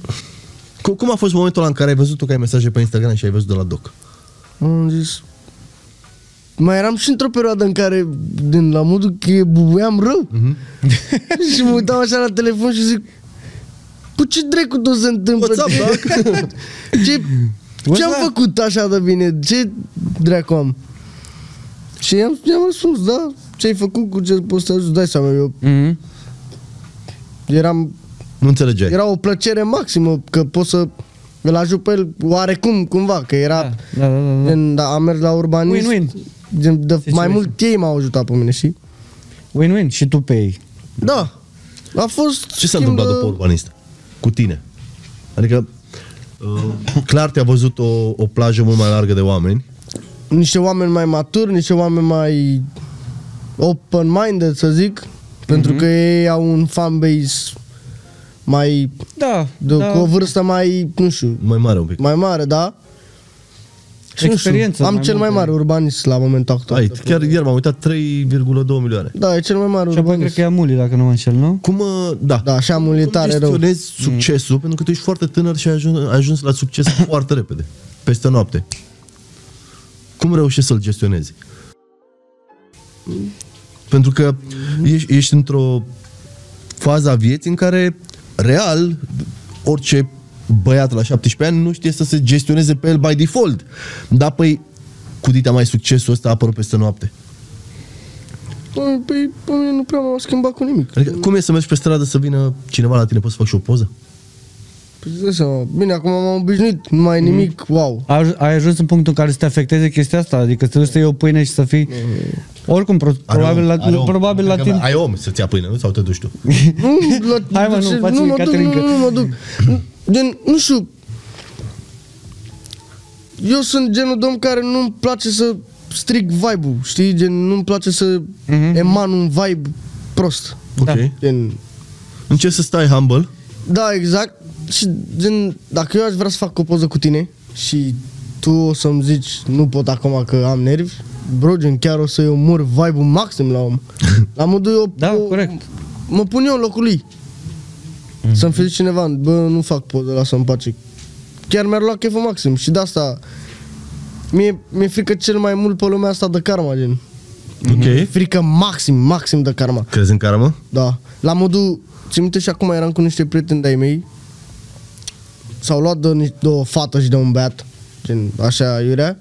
Cu- Cum a fost momentul ăla în care ai văzut tu că ai mesaje pe Instagram și ai văzut de la doc? Am zis... Mai eram și într-o perioadă în care, din la modul că e- bubuiam rău. și mă uitam așa la telefon și zic... Cu ce dracu tot se întâmplă? What's up, Doc? ce, ce am up? făcut așa de bine? Ce dracu am? Și i-am, i-am răspuns, da, ce ai făcut, cu ce poți să ajut, dai seama, eu Mm-hmm. eram, Nu înțelegeai. era o plăcere maximă că pot să îl ajut pe el oarecum, cumva, că era... Da, da, da, da. Gen, da, am mers la urbanist. Win-win. Gen, de, mai Situation. mult ei m-au ajutat pe mine, și Win-win și tu pe ei. Da. A fost... Ce s-a schimb întâmplat de- după urbanist? Cu tine. Adică, uh, clar te-a văzut o, o plajă mult mai largă de oameni. uh, Niște oameni mai maturi, niște oameni mai open-minded, să zic. Pentru Mhm. că ei au un fanbase mai... Da, De, da. Cu o vârstă mai, nu știu, Mai mare un pic. mai mare, da? Și nu știu, Experiență am mai cel mai multă. mare urbanist la momentul actual. Ai, chiar ieri m-am uitat 3,2 milioane. Da, e cel mai mare Și apoi urbanist. cred că e Amuli, dacă nu mă înșel, nu? Cum, uh, da. Da, așa am Cum ulitare rău. gestionezi succesul? Pentru că tu ești foarte tânăr și ai ajuns, ai ajuns la succes foarte repede, peste noapte. Cum reușești să-l gestionezi? Pentru că ești, ești într-o fază a vieții în care, real, orice băiat la 17 ani nu știe să se gestioneze pe el by default. Dar, păi, cu dita mai succesul ăsta a apărut peste noapte. Păi, păi, pe mine nu prea m-au schimbat cu nimic. Adică, cum e să mergi pe stradă să vină cineva la tine, poți să fac și o poză? Păi îți dai seama, bine, acum m-am obișnuit, nu Mm. mai e nimic, wow. Ai, ai ajuns în punctul în care să te afecteze chestia asta, adică să te duci să iei o pâine și să fii... Oricum, pro, probabil, la, probabil la Adică timp... Ai om să-ți ia pâine, nu? Sau te duci tu? Nu, la, Hai, mă, nu, ce- faci nu, mă duc, Caterinca. nu, nu, mă duc. Gen, nu știu. Eu sunt genul de om care nu-mi place să stric vibe-ul, știi? Gen, nu-mi place să Mhm. eman un vibe prost. Ok. Da. Gen, Încerci să stai humble. da, exact. Și gen, dacă eu aș vrea să fac o poză cu tine și tu o să-mi zici nu pot acum că am nervi, Brogen, chiar o să-i omor vibe-ul maxim la om. La modul eu... Da, eu- corect. Mhm. Mă pun eu în locul lui. Să-mi fie cineva, bă, nu fac podul ăla să-mi pace. Chiar mi-ar lua cheful maxim și de asta... Mie, mi-e frică cel mai mult pe lumea asta de karma, gen. Ok. Frică maxim, maxim de karma. Crezi în karma? Da. La modul, ți minte și acum eram cu niște prieteni de-ai mei S-au luat de, ni- de o fată și de un beat Gen, așa, iurea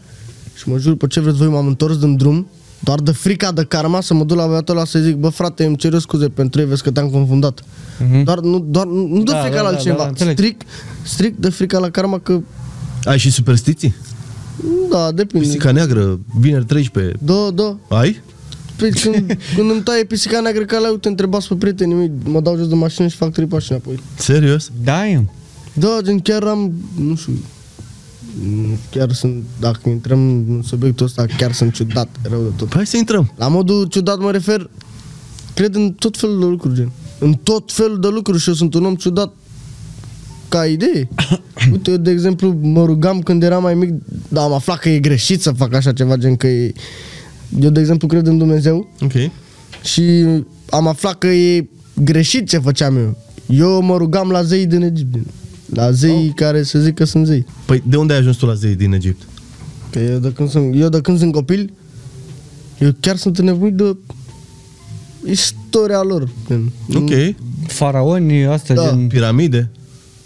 Și mă jur, pe ce vreți voi, m-am întors din drum Doar de frica de karma să mă duc la băiatul ăla să zic Bă, frate, îmi cer scuze pentru ei, vezi că te-am confundat da. Mhm. Doar, nu, doar, nu nu de Da, frica da, da, da, la da, altcineva înțeleg. Strict, strict de frica la karma că Ai și superstiții? Da, depinde Pisica neagră, vineri 13. Da, da Ai? Păi când, când îmi taie pisica neagră ca la uite, întrebați pe prietenii mei Mă dau jos de mașină și fac tripa și înapoi Serios? Da, e. Da, gen chiar am, nu știu, mm, chiar sunt, dacă intrăm în subiectul ăsta, chiar sunt ciudat, rău de tot. Păi hai să intrăm. La modul ciudat mă refer, cred în tot felul de lucruri, gen. În tot felul de lucruri și eu sunt un om ciudat ca idee. Uite, eu, de exemplu, mă rugam când eram mai mic, dar am aflat că e greșit să fac așa ceva, gen că e... Eu, de exemplu, cred în Dumnezeu, Ok. și am aflat că e greșit ce făceam eu. Eu mă rugam la zei din Egipt, din- la zei oh. care se zic că sunt zei. Păi de unde ai ajuns tu la zei din Egipt? Că eu de când sunt, eu de când sunt copil, eu chiar sunt nevoit de istoria lor. gen. Ok. Faraoni, astea Da. gen... Piramide?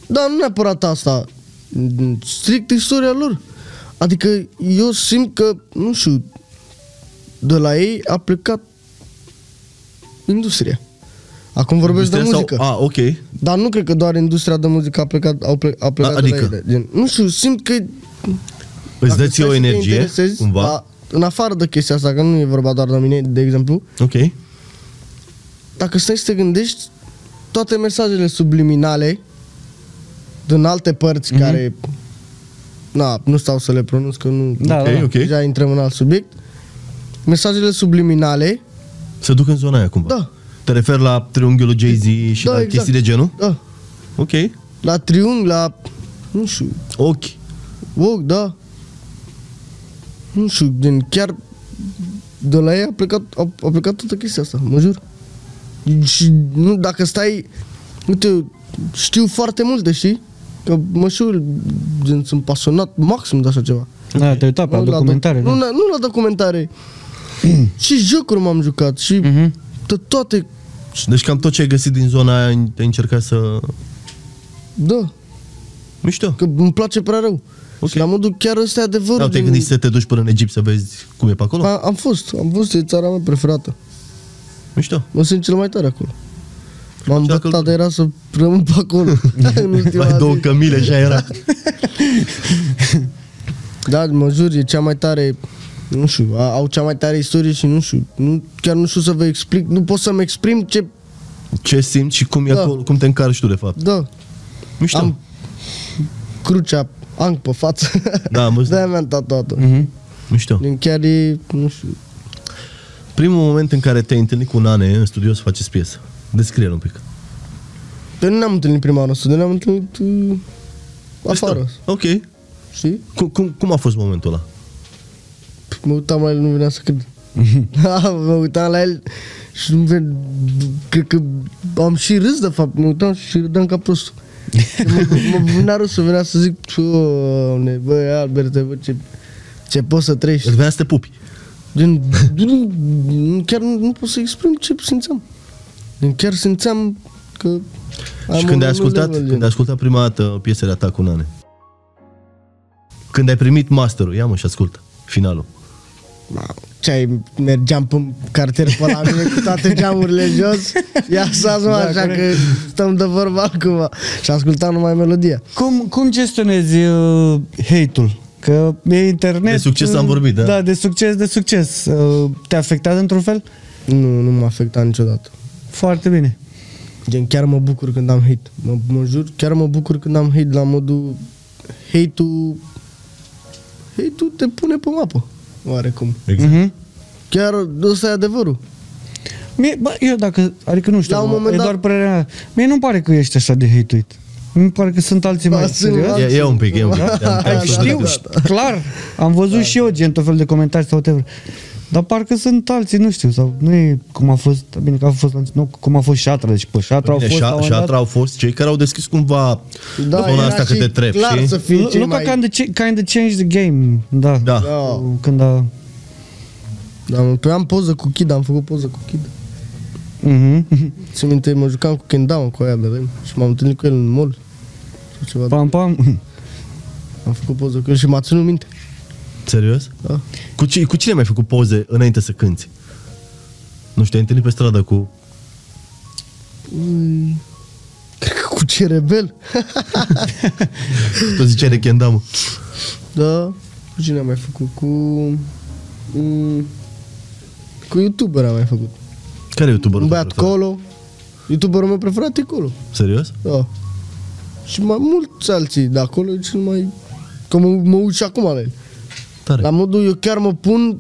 Dar nu neapărat asta, strict istoria lor. Adică eu simt că, nu știu, de la ei a plecat industria. Acum vorbesc de Industria muzică. Sau... A, ok. Dar nu cred că doar industria de muzică a plecat, au ple, a plecat A- de la adică? ele. Gen, nu știu, simt că... Îți dacă dă ție stai o să te energie, interesezi, cumva? dar în afară de chestia asta, că nu e vorba doar de mine, de exemplu, Ok. dacă stai să te gândești, toate mesajele subliminale din alte Mhm. părți mm-hmm. care... Na, nu stau să le pronunț, că nu... Da, ok, da, da. ok. Deja intrăm în alt subiect. Mesajele subliminale, Se duc în zona aia cumva? Da. Te refer la triunghiul Jay-Z și Da, la exact. chestii de genul? da, Ok. la triunghi, la... Nu știu, Ochi. Wow, da. Nu știu, din chiar de la ei a plecat, a, a plecat toată chestia asta, mă jur. Și nu, dacă stai, uite, știu foarte multe, știi? Că mă știu, gen, sunt pasionat maxim de așa ceva. Da, te-ai uitat pe la Nu documentare. doc- nu, da. la, nu la documentare. și jocuri m-am jucat și Mhm. de toate, Deci cam tot ce ai găsit din zona aia te încerca să... da, Mișto. că îmi place prea rău. Ok. Și la modul chiar ăsta e adevărul. Da, te-ai gen- gândit să te duci până în Egipt să vezi cum e pe acolo? A- am fost, am fost, e țara mea preferată. Mișto. Mă simt cel mai tare acolo. M-am Plăcea dat căldura. dar era să rămân pe acolo. în ultima Mai două zi. cămile și aia era. Da, mă jur, e cea mai tare nu știu, a- au cea mai tare istorie și nu știu, nu, chiar nu știu să vă explic, nu pot să-mi exprim ce, Ce simți și cum e Da. acolo, cum te încarci tu de fapt. da, Mișto. Am- crucea ang pe față, Da, am văzut. de-aia mi-am tatuat-o. Mhm. Mișto. Din chiar e, nu știu, Primul moment în care te-ai întâlnit cu Nane în studio să faceți piesă. Descrie-l un pic. pe nu ne-am întâlnit prima oară, ne-am întâlnit uh, afară, Păi Mișto. Ok. știi? Cum, cum, cum a fost momentul ăla? Mă uitam la el, nu venea să cred. mă uitam la el și nu ven... Cred că am și râs, de fapt. Mă uitam și râdeam ca prost. mă, mă venea râsul, venea să zic, "Doamne, băi, Albert, bă, ce, ce poți să trăiești. Îl venea să te pupi. Gen, nu- nu- chiar nu, nu pot să exprim ce simțeam. Gen, chiar simțeam că... am și un când ai alt ascultat, level, când ai ascultat prima dată piesele ta cu Nane? Când ai primit masterul, ia mă și ascultă finalul. Mamă, Ce ai, mergeam pe cartier pe la mine cu toate geamurile jos Ia să mă, așa că stăm de vorbă acum Și ascultam numai melodia Cum, cum gestionezi uh, hate-ul? Că e internet... De succes uh, am vorbit, da. Da, de succes, de succes. Uh, te afectează într-un fel? Nu, nu m-a afectat niciodată Foarte bine. Gen, chiar mă bucur când am hate mă, mă jur, chiar mă bucur când am hate la modul Hate-ul Hate-ul te pune pe mapă Oarecum Exact. Mhm. Chiar ăsta e adevărul Mie, bă, eu dacă, adică nu știu, La un mă, moment e dat- doar părerea mea. Mie nu pare că ești așa de hate-uit. Mi pare că sunt alții Ba, mai Da, sunt serioși. Ia, ia un pic, ia un pic. Te-am- te-am Da, sunat Știu, de- știu, clar. Am văzut și eu gen tot fel de comentarii sau whatever. Dar parcă sunt alții, nu știu, sau nu e cum a fost, bine că a fost, la înce- nu, cum a fost șatra, deci pe șatra au Bine, fost, la un șa- moment dat- șatra au fost cei care au deschis cumva da, zona era asta și către trep, clar știi? să fii Lu- cei Luca mai... kind, of, ch- kind of changed the game, da. Da. Da. Când a... Da, mă, păi am poză cu Kid, am făcut poză cu Kid. Mhm. Țin minte, mă jucam cu Kendown, cu aia de rem și m-am întâlnit cu el în mall. Sau ceva. Pam, pam. Am făcut poză cu el și m-a ținut minte. Serios? Da. Cu, ci, cu cine mi-ai făcut poze înainte să cânti? Nu știu, te-ai întâlnit pe stradă cu... Cred că cu ce rebel. Tu ziceai Rechendam. da, cu cine am mai făcut? Cu... Mm, cu YouTuber am mai făcut. Care e youtuberul Un tău băiat preferat? colo. YouTuberul meu preferat e colo. Serios? Da. Și mai mulți alții de acolo, e cel mai... Că mă, mă uit și acum la el. Tare. La modul, eu chiar mă pun...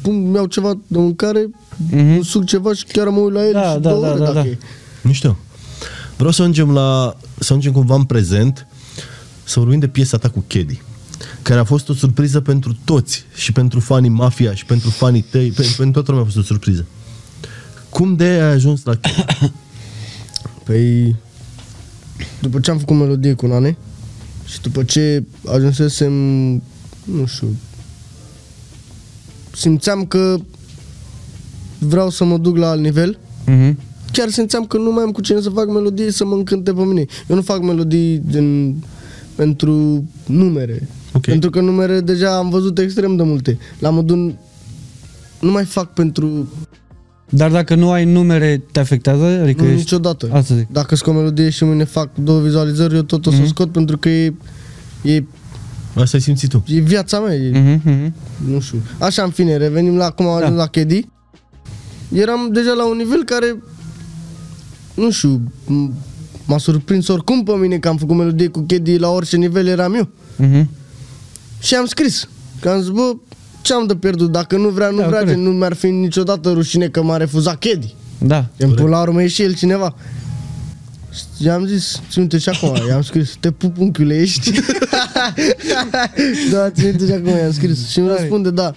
pun mi-au ceva de mâncare, mm-hmm. suc ceva și chiar mă uit la el Mhm. Da, și da, două da, ore da, dacă da. e. Nu știu. Vreau să ajungem la... Să ajungem cumva în prezent să vorbim de piesa ta cu Kedi care a fost o surpriză pentru toți și pentru fanii Mafia și pentru fanii tăi, pe- pentru toată lumea a fost o surpriză. Cum de ai ajuns la Kedi? Păi, după ce am făcut melodie cu Nane și după ce ajunsesem, nu știu, simțeam că vreau să mă duc la alt nivel, Mhm. chiar simțeam că nu mai am cu cine să fac melodii să mă încânte pe mine. Eu nu fac melodii din, pentru numere. Ok. Pentru că numere deja am văzut extrem de multe. La modul nu mai fac pentru Dar dacă nu ai numere, te afectează? Adică nu, ești... niciodată. Asta zic. Mhm. Dacă scot o melodie și mâine fac două vizualizări, eu tot o să mm-hmm. scot pentru că e, e, Asta ai simțit tu. e viața mea. E, Mhm, mhm. nu știu. Așa, în fine, revenim la cum am Da. ajuns la Kedi. Eram deja la un nivel care, nu știu, m- m-a surprins oricum pe mine că am făcut melodie cu Kedi la orice nivel eram eu. Mhm. Și am scris. Că am zis, bă, ce am de pierdut? Dacă nu vrea, nu Da, da, vrea, corect. gen, nu mi-ar fi niciodată rușine că m-a refuzat Kedi. Da. În pula urmă e și el cineva. Și I-am zis, ți minte și acum, i-am scris, te pup unchiule, ești? da, ți minte și acum, i-am scris și îmi răspunde da.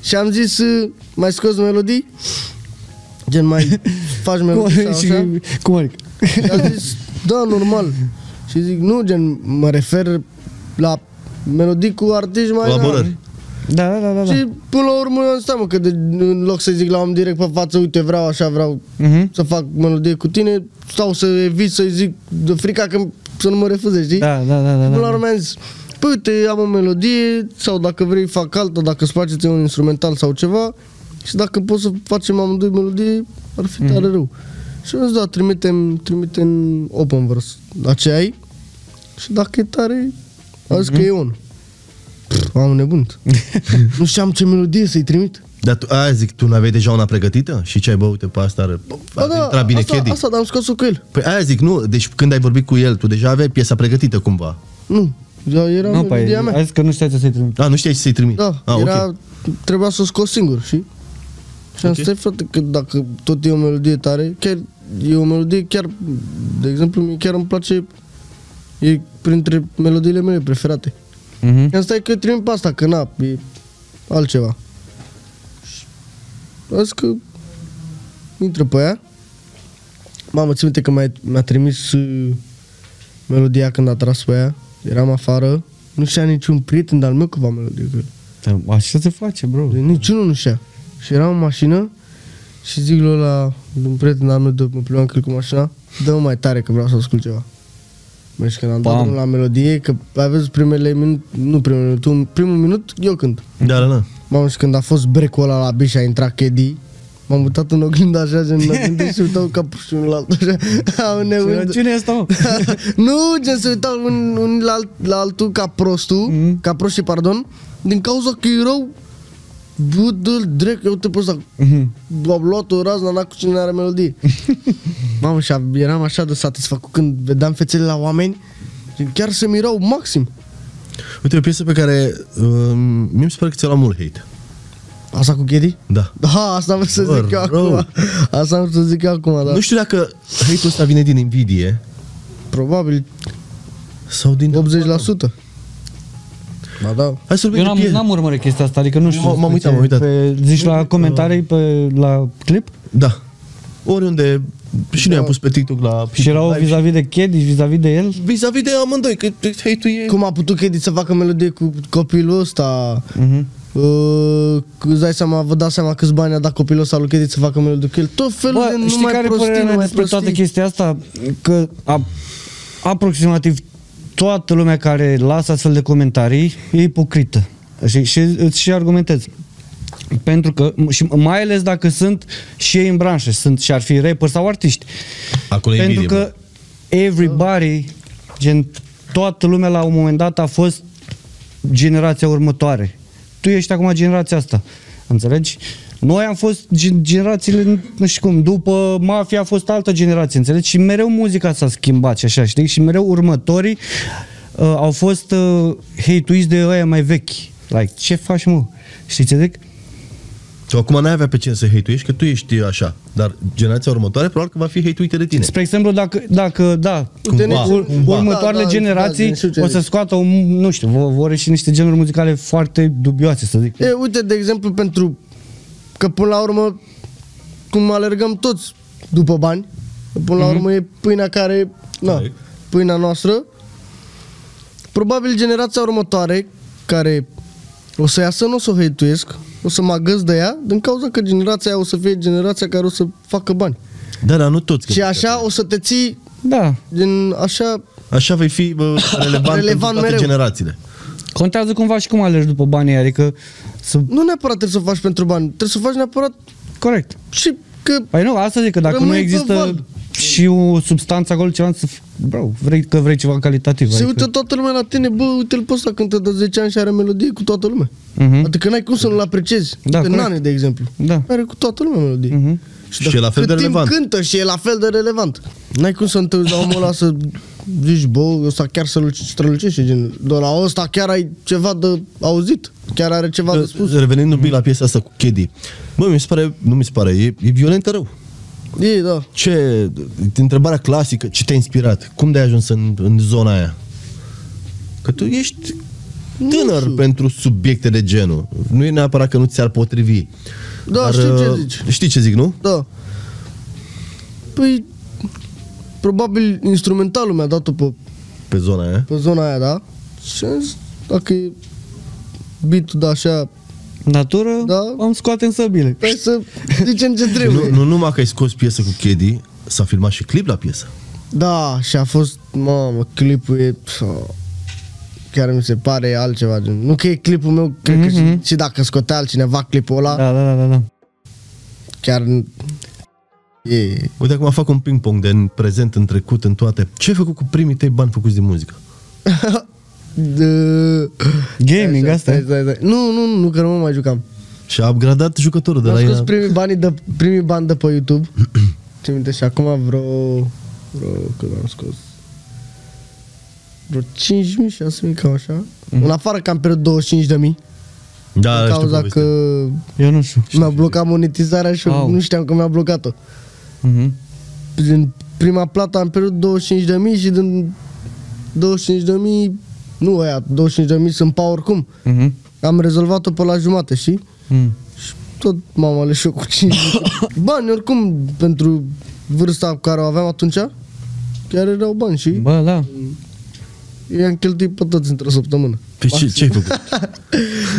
Și am zis, "Uh, mai scoți melodii? Gen, mai faci Cum, melodii sau și, așa? cum adică? Și am zis, da, normal. Și zic, nu, gen, mă refer la melodii cu artiști mai Colaborări. Da, da, da, da. da. Și până la urmă eu am stat, mă, că de, în loc să zic la om direct pe față, uite, vreau așa, vreau Mhm. să fac melodie cu tine, stau să evit să-i zic de frica că să nu mă refuze, știi? Da, da, da, da. Până da. la urmă am zis, păi uite, am o melodie sau dacă vrei fac alta, dacă îți place ție un instrumental sau ceva și dacă poți să facem amândoi melodie, ar fi Mhm. tare rău. Și am zis, da, trimitem, trimitem open verse la ce ai și dacă e tare, am Mhm. zis că e unul. Pff, Am nebunit. nu știam ce melodie să-i trimit. Dar tu, aia zic, tu n-aveai deja una pregătită? Și ce ai băut pe asta? Ar, ar intra bine da, asta, Kedi. asta, dar am scos-o cu el. Păi aia zic, nu, deci când ai vorbit cu el, tu deja aveai piesa pregătită cumva. Nu, da, era Nu, păi, melodia mea. ai zis că nu știai ce să-i trimit. Da, nu știai ce să-i trimit. Da, A, era, Ah, ok. trebuia să o scot singur, și Și am Ok. zis, stai frate, că dacă tot e o melodie tare, chiar e o melodie chiar, de exemplu, mie chiar îmi place, e printre melodiile mele preferate. Mhm. Am stai că trimit pe asta, că na, e altceva. Și am zis că intră pe aia. Mamă, ți minte că mi-a, mi-a trimis uh, melodia când a tras pe aia. Eram afară, nu știa niciun prieten de-al meu că va melodie cu el. Da, Așa se face, bro. Păi niciunul nu știa. Și eram în mașină și zic lui la un prieten al meu de mă plimbam cu el cu mașina, dă mai tare că vreau să ascult ceva. Mergi când am dat Pam. drumul la melodie, că aveți primele minut, nu primele minut, un, primul minut eu cânt. Da, da, da. Mamă, și când a fost brecul ăla la biș a intrat Kedi, m-am mutat în oglindă așa, gen, în oglindă și uitau capul și unul la altul așa, au nebunit. Păi, Cine e asta, mă? nu, gen se uitau un, un la, alt- la altul ca prostul, mm. ca proștii, pardon, din cauza că erau Bă, dă-l drept, eu te pot să... Mhm. Am luat-o razna, n-a cu cine are melodie. Mamă, și a- eram așa de satisfăcut când vedeam fețele la oameni și chiar se mirau maxim. Uite, o piesă pe care um, mi se pare că ți-a luat mult hate. Asta cu Ghedi? Da. Da, asta am vrut să Bă, zic eu rău. acum. Asta am vrut să zic eu acum, da. dar Nu știu dacă hate-ul ăsta vine din invidie Da, probabil sau din... 80%. Ba da. Hai să Eu vorbim de n-am, pie- n-am urmărit chestia asta, adică nu știu. m-am despre uitat, ce- m-am uitat. Pe, zici la comentarii, pe, la clip? Da. Oriunde. Și noi am pus pe TikTok la... Și erau live vis-a-vis de Chedi, vis-a-vis de el? vis-a-vis de amândoi, că hate-ul e... Cum a putut Kedi să facă melodie cu copilul ăsta? Uh-huh. Uh, îți dai seama, vă dați seama câți bani a dat copilul ăsta lui Kedi să facă melodie cu el? Tot felul Bă, de știi numai care e prostii, părerea mea numai despre prostii. toată chestia asta? Că a, aproximativ toată lumea care lasă astfel de comentarii e ipocrită. Și, și îți și argumentez. Pentru că, și mai ales dacă sunt și ei în branșă, sunt și ar fi rapper sau artiști. Acolo e Pentru bine, că everybody, gen toată lumea la un moment dat a fost generația următoare. Tu ești acum generația asta. Înțelegi? Noi am fost gen- generațiile, nu știu cum, după mafia a fost altă generație, înțelegi? Și mereu muzica s-a schimbat și așa, știi? Și mereu următorii uh, au fost uh, hate-uiți de ăia mai vechi. Like, ce faci, mă? Știi ce zic? Tu acum n-ai avea pe cine să hate-uiești, că tu ești așa. Dar generația următoare probabil că va fi hate-uită de tine. Spre exemplu, dacă, dacă da, Cumva, ur- cumva. următoarele Da, da, generații da, știu ce o să zici. scoată, un, nu știu, vor, vor și niște genuri muzicale foarte dubioase, să zic. E, uite, de exemplu, pentru că până la urmă, cum alergăm toți după bani, până la urmă e pâinea care, na, Mhm. Corect. pâinea noastră, probabil generația următoare, care o să iasă, nu o să o hăituiesc, o să mă agăz de ea, din cauza că generația aia o să fie generația care o să facă bani. Da, dar nu toți. că- Și așa o să te ții Da, din așa... Așa vei fi bă, relevant, relevant Relevant pentru toate mereu. generațiile. contează cumva și cum alegi după banii aia, adică să... Nu neapărat trebuie să o faci pentru bani, trebuie să o faci neapărat Corect. și că Păi nu, asta zic că dacă Rămâi nu pe există val. și o substanță acolo, ceva să... f- Bro, vrei că vrei ceva calitativ. Se adică- uită toată lumea la tine, bă, uite-l pe ăsta cântă de 10 ani și are melodie cu toată lumea. Mhm. Uh-huh. Adică n-ai cum să nu-l apreciezi. Da, Da, Pe corect. Nane, de exemplu. Da. Are cu toată lumea melodie. Mhm. Și e la fel cât de timp relevant. cântă și e la fel de relevant. N-ai cum să întâlnești la omul ăla să zici, bă, ăsta chiar să-l strălucește. Gen, de la ăsta chiar ai ceva de auzit. Chiar are ceva Ă, de spus. Uh, Revenind un pic la piesa asta cu Kedi. Bă, mi se pare, nu mi se pare, e, e violentă rău. E, da. Ce, întrebarea clasică, ce te-a inspirat? Cum de-ai ajuns în, în zona aia? Că tu ești tânăr pentru subiecte de genul. Nu e neapărat că nu ți-ar potrivi. Da, știu ce uh, zici. Știi ce zic, nu? Da. Păi, probabil instrumentalul mi-a dat-o pe Pe zona aia. pe zona aia, da? Și am zis, dacă e beat-ul de așa, Natură, Da. Păi am scoate în săbile. hai să zicem ce Nu, trebuie. nu numai că ai scos piesă cu Kedi, s-a filmat și clip la piesă. Da, și a fost, mamă, clipul e... pf, Chiar mi se pare altceva, gen. Nu că e clipul meu, cred că și, și dacă scotea altcineva clipul ăla, da. Da, da, da, da, da. chiar n- e... Uite acum fac un ping-pong de în prezent, în trecut, în toate. Ce ai făcut cu primii tăi bani făcuți din muzică? Dă- Gaming, asta Stai, e. stai, stai. Nu, nu, nu, că nu mă mai jucam. Și a upgradat jucătorul de Am la scos el. primii bani de, primii bani de pe YouTube. Ți minte și acum vreo, vreo cât am scos? Vreo 5.000, 6.000, cam așa. Mm-hmm. În afară că am pierdut 25.000 din Da, da, știu cauza povestea. că Eu nu știu. mi-a blocat monetizarea și Au. eu nu știam că mi-a blocat-o. Mhm. Din prima plată am pierdut 25.000 și din 25.000, nu aia, 25.000 sunt pa oricum. Mhm. Am rezolvat-o pe la jumate, știi? Mhm. Și tot m-am ales și eu cu 5 Bani oricum pentru vârsta pe care o aveam atunci Chiar erau bani și Bă, da. i-am cheltuit pe toți într-o săptămână Păi ce, ce ai făcut?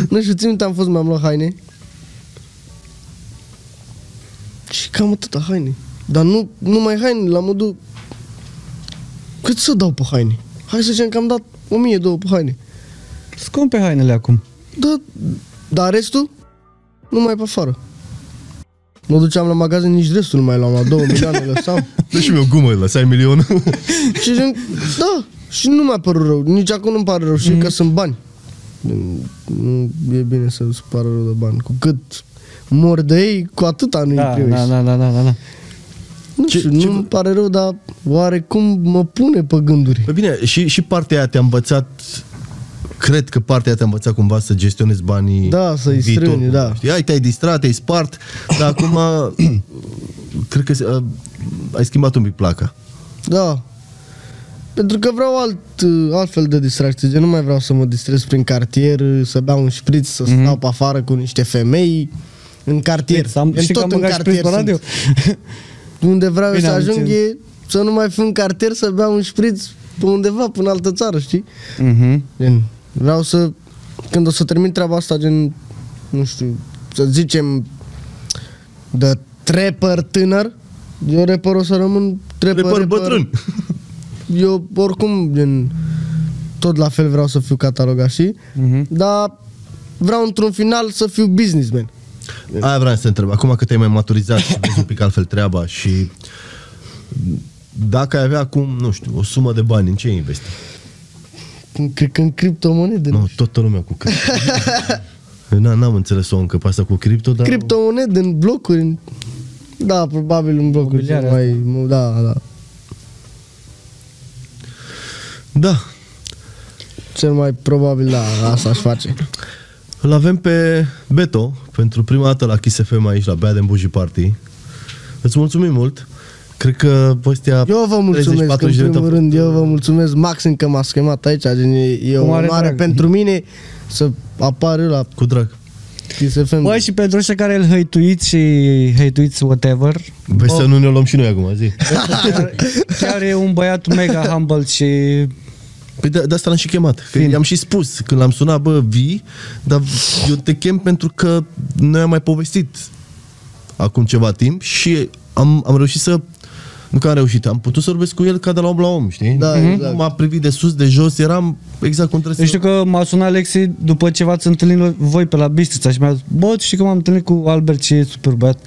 Nu știu, țin minte, am fost, mi-am luat haine Și cam atâta haine Dar nu, nu mai haine, la modul Cât să dau pe haine? Hai să zicem că am dat 1000 două pe haine Scumpe hainele acum. Da, dar restul? Numai pe afară Mă duceam la magazin, nici restul nu mai luam, la 2 milioane lăsam Dă și mi o gumă, lăsai milionul. Și gen, da, și nu mi-a părut rău, nici acum nu-mi pare rău, și Mm. că sunt bani. Nu e bine să-ți pară rău de bani, cu cât mor de ei, cu atâta nu-i Da, primești. da, da, da, da, da, da. Nu Ce- știu, ce nu-mi pare rău, dar oarecum mă pune pe gânduri. Păi bine, și, și partea aia te-a învățat cred că partea aia te-a învățat cumva să gestionezi banii Da, să-i în viitor, strâni, cumva, da. Știi? Ai, te-ai distrat, te-ai spart, dar acum cred că se- a, ai schimbat un pic placa. Da. Păi Pentru că vreau alt, altfel de distracție, gen nu mai vreau să mă distrez prin cartier, să beau un șpriț, să mm-hmm. stau pe afară cu niște femei, în cartier. Mhm. Păi, Să am- în știi că am băgat șpriț pe sunt. radio. Unde vreau Bine, să am ajung ținut. e să nu mai fiu în cartier, să beau un șpriț pe undeva, până altă țară, știi? Mhm. Gen, vreau să, când o să termin treaba asta, gen, nu știu, să zicem, de trepăr tânăr, eu repăr o să rămân trepăr, Repăr bătrân. Eu oricum, gen, tot la fel vreau să fiu catalogat și, Mhm. dar vreau într-un final să fiu businessman. Aia vreau să te întreb. Acum că te-ai mai maturizat și vezi un pic altfel treaba și dacă ai avea acum, nu știu, o sumă de bani, în ce ai investi? Cred că în criptomonede. Nu, toată lumea cu cripto. Na, n-am înțeles-o încă pe asta cu cripto, Da. dar... criptomonede în blocuri. în- Da, probabil în blocuri. cel Mobiliare Mai, da, da. Da, Cel mai probabil, da, asta aș face. Îl avem pe Beto pentru prima dată la Kiss FM aici, la Bad and Bougie Party. Îți mulțumim mult. Cred că ăstea Eu vă mulțumesc, 30-40 de în minute au primul fost- rând, eu vă mulțumesc maxim că m-ați chemat aici, gen, e, e o Cu mare onoare drag. pentru mine să apar eu la Cu drag. Kiss FM. Băi, și pentru ăștia care îl hăituiți și hăituiți whatever, Băi, să Oh. nu ne luăm și noi acum, zi. chiar, chiar e un băiat mega humble și Păi de, de asta l-am și chemat. Că Fin. i-am și spus, când l-am sunat, bă, vii, dar eu te chem pentru că noi am mai povestit acum ceva timp și am, am reușit să... Nu că am reușit, am putut să vorbesc cu el ca de la om la om, știi? Da, Nu exact. Deci M-a privit de sus, de jos, eram exact cum Eu trebuie să... știu că m-a sunat Alexi după ce v-ați întâlnit voi pe la Bistrița și mi-a zis, bă, tu știi că m-am întâlnit cu Albert și e super băiat.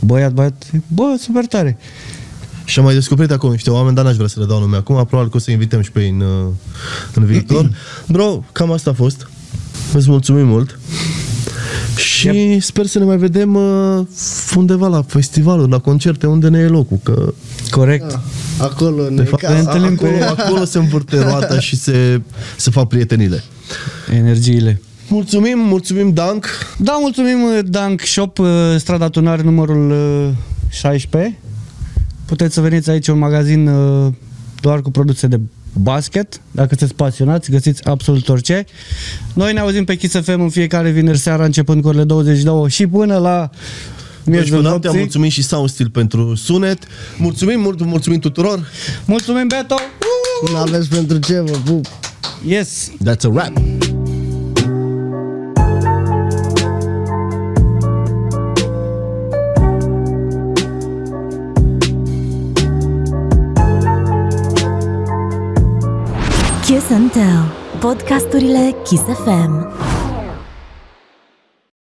Băiat, băiat, bă, super tare. Și am mai descoperit acum niște oameni, dar n-aș vrea să le dau nume acum, probabil că o să invităm și pe ei în, uh, în viitor. Bro, cam asta a fost. Îți mulțumim mult. Și sper să ne mai vedem uh, undeva la festivalul, la concerte, unde ne e locul, că Corect. Da. Acolo, ne fapt, ca- ne întâlnim acolo, pe- acolo se învârte roata și se, se fac prietenile. Energiile. Mulțumim, mulțumim, Dank. Da, mulțumim uh, Dunk Shop, uh, strada Tunare numărul uh, 16. Puteți să veniți aici un magazin uh, doar cu produse de basket. Dacă sunteți pasionați, găsiți absolut orice. Noi ne auzim pe Kiss FM în fiecare vineri seara, începând cu orele 22 și până la Deci, miezul am nopții. mulțumim și Soundsteel pentru sunet. Mulțumim mult, mulțumim tuturor. Mulțumim, Beto! nu aveți pentru ce, vă pup. Yes! That's a wrap. Kiss and Tell. Podcasturile Kiss FM.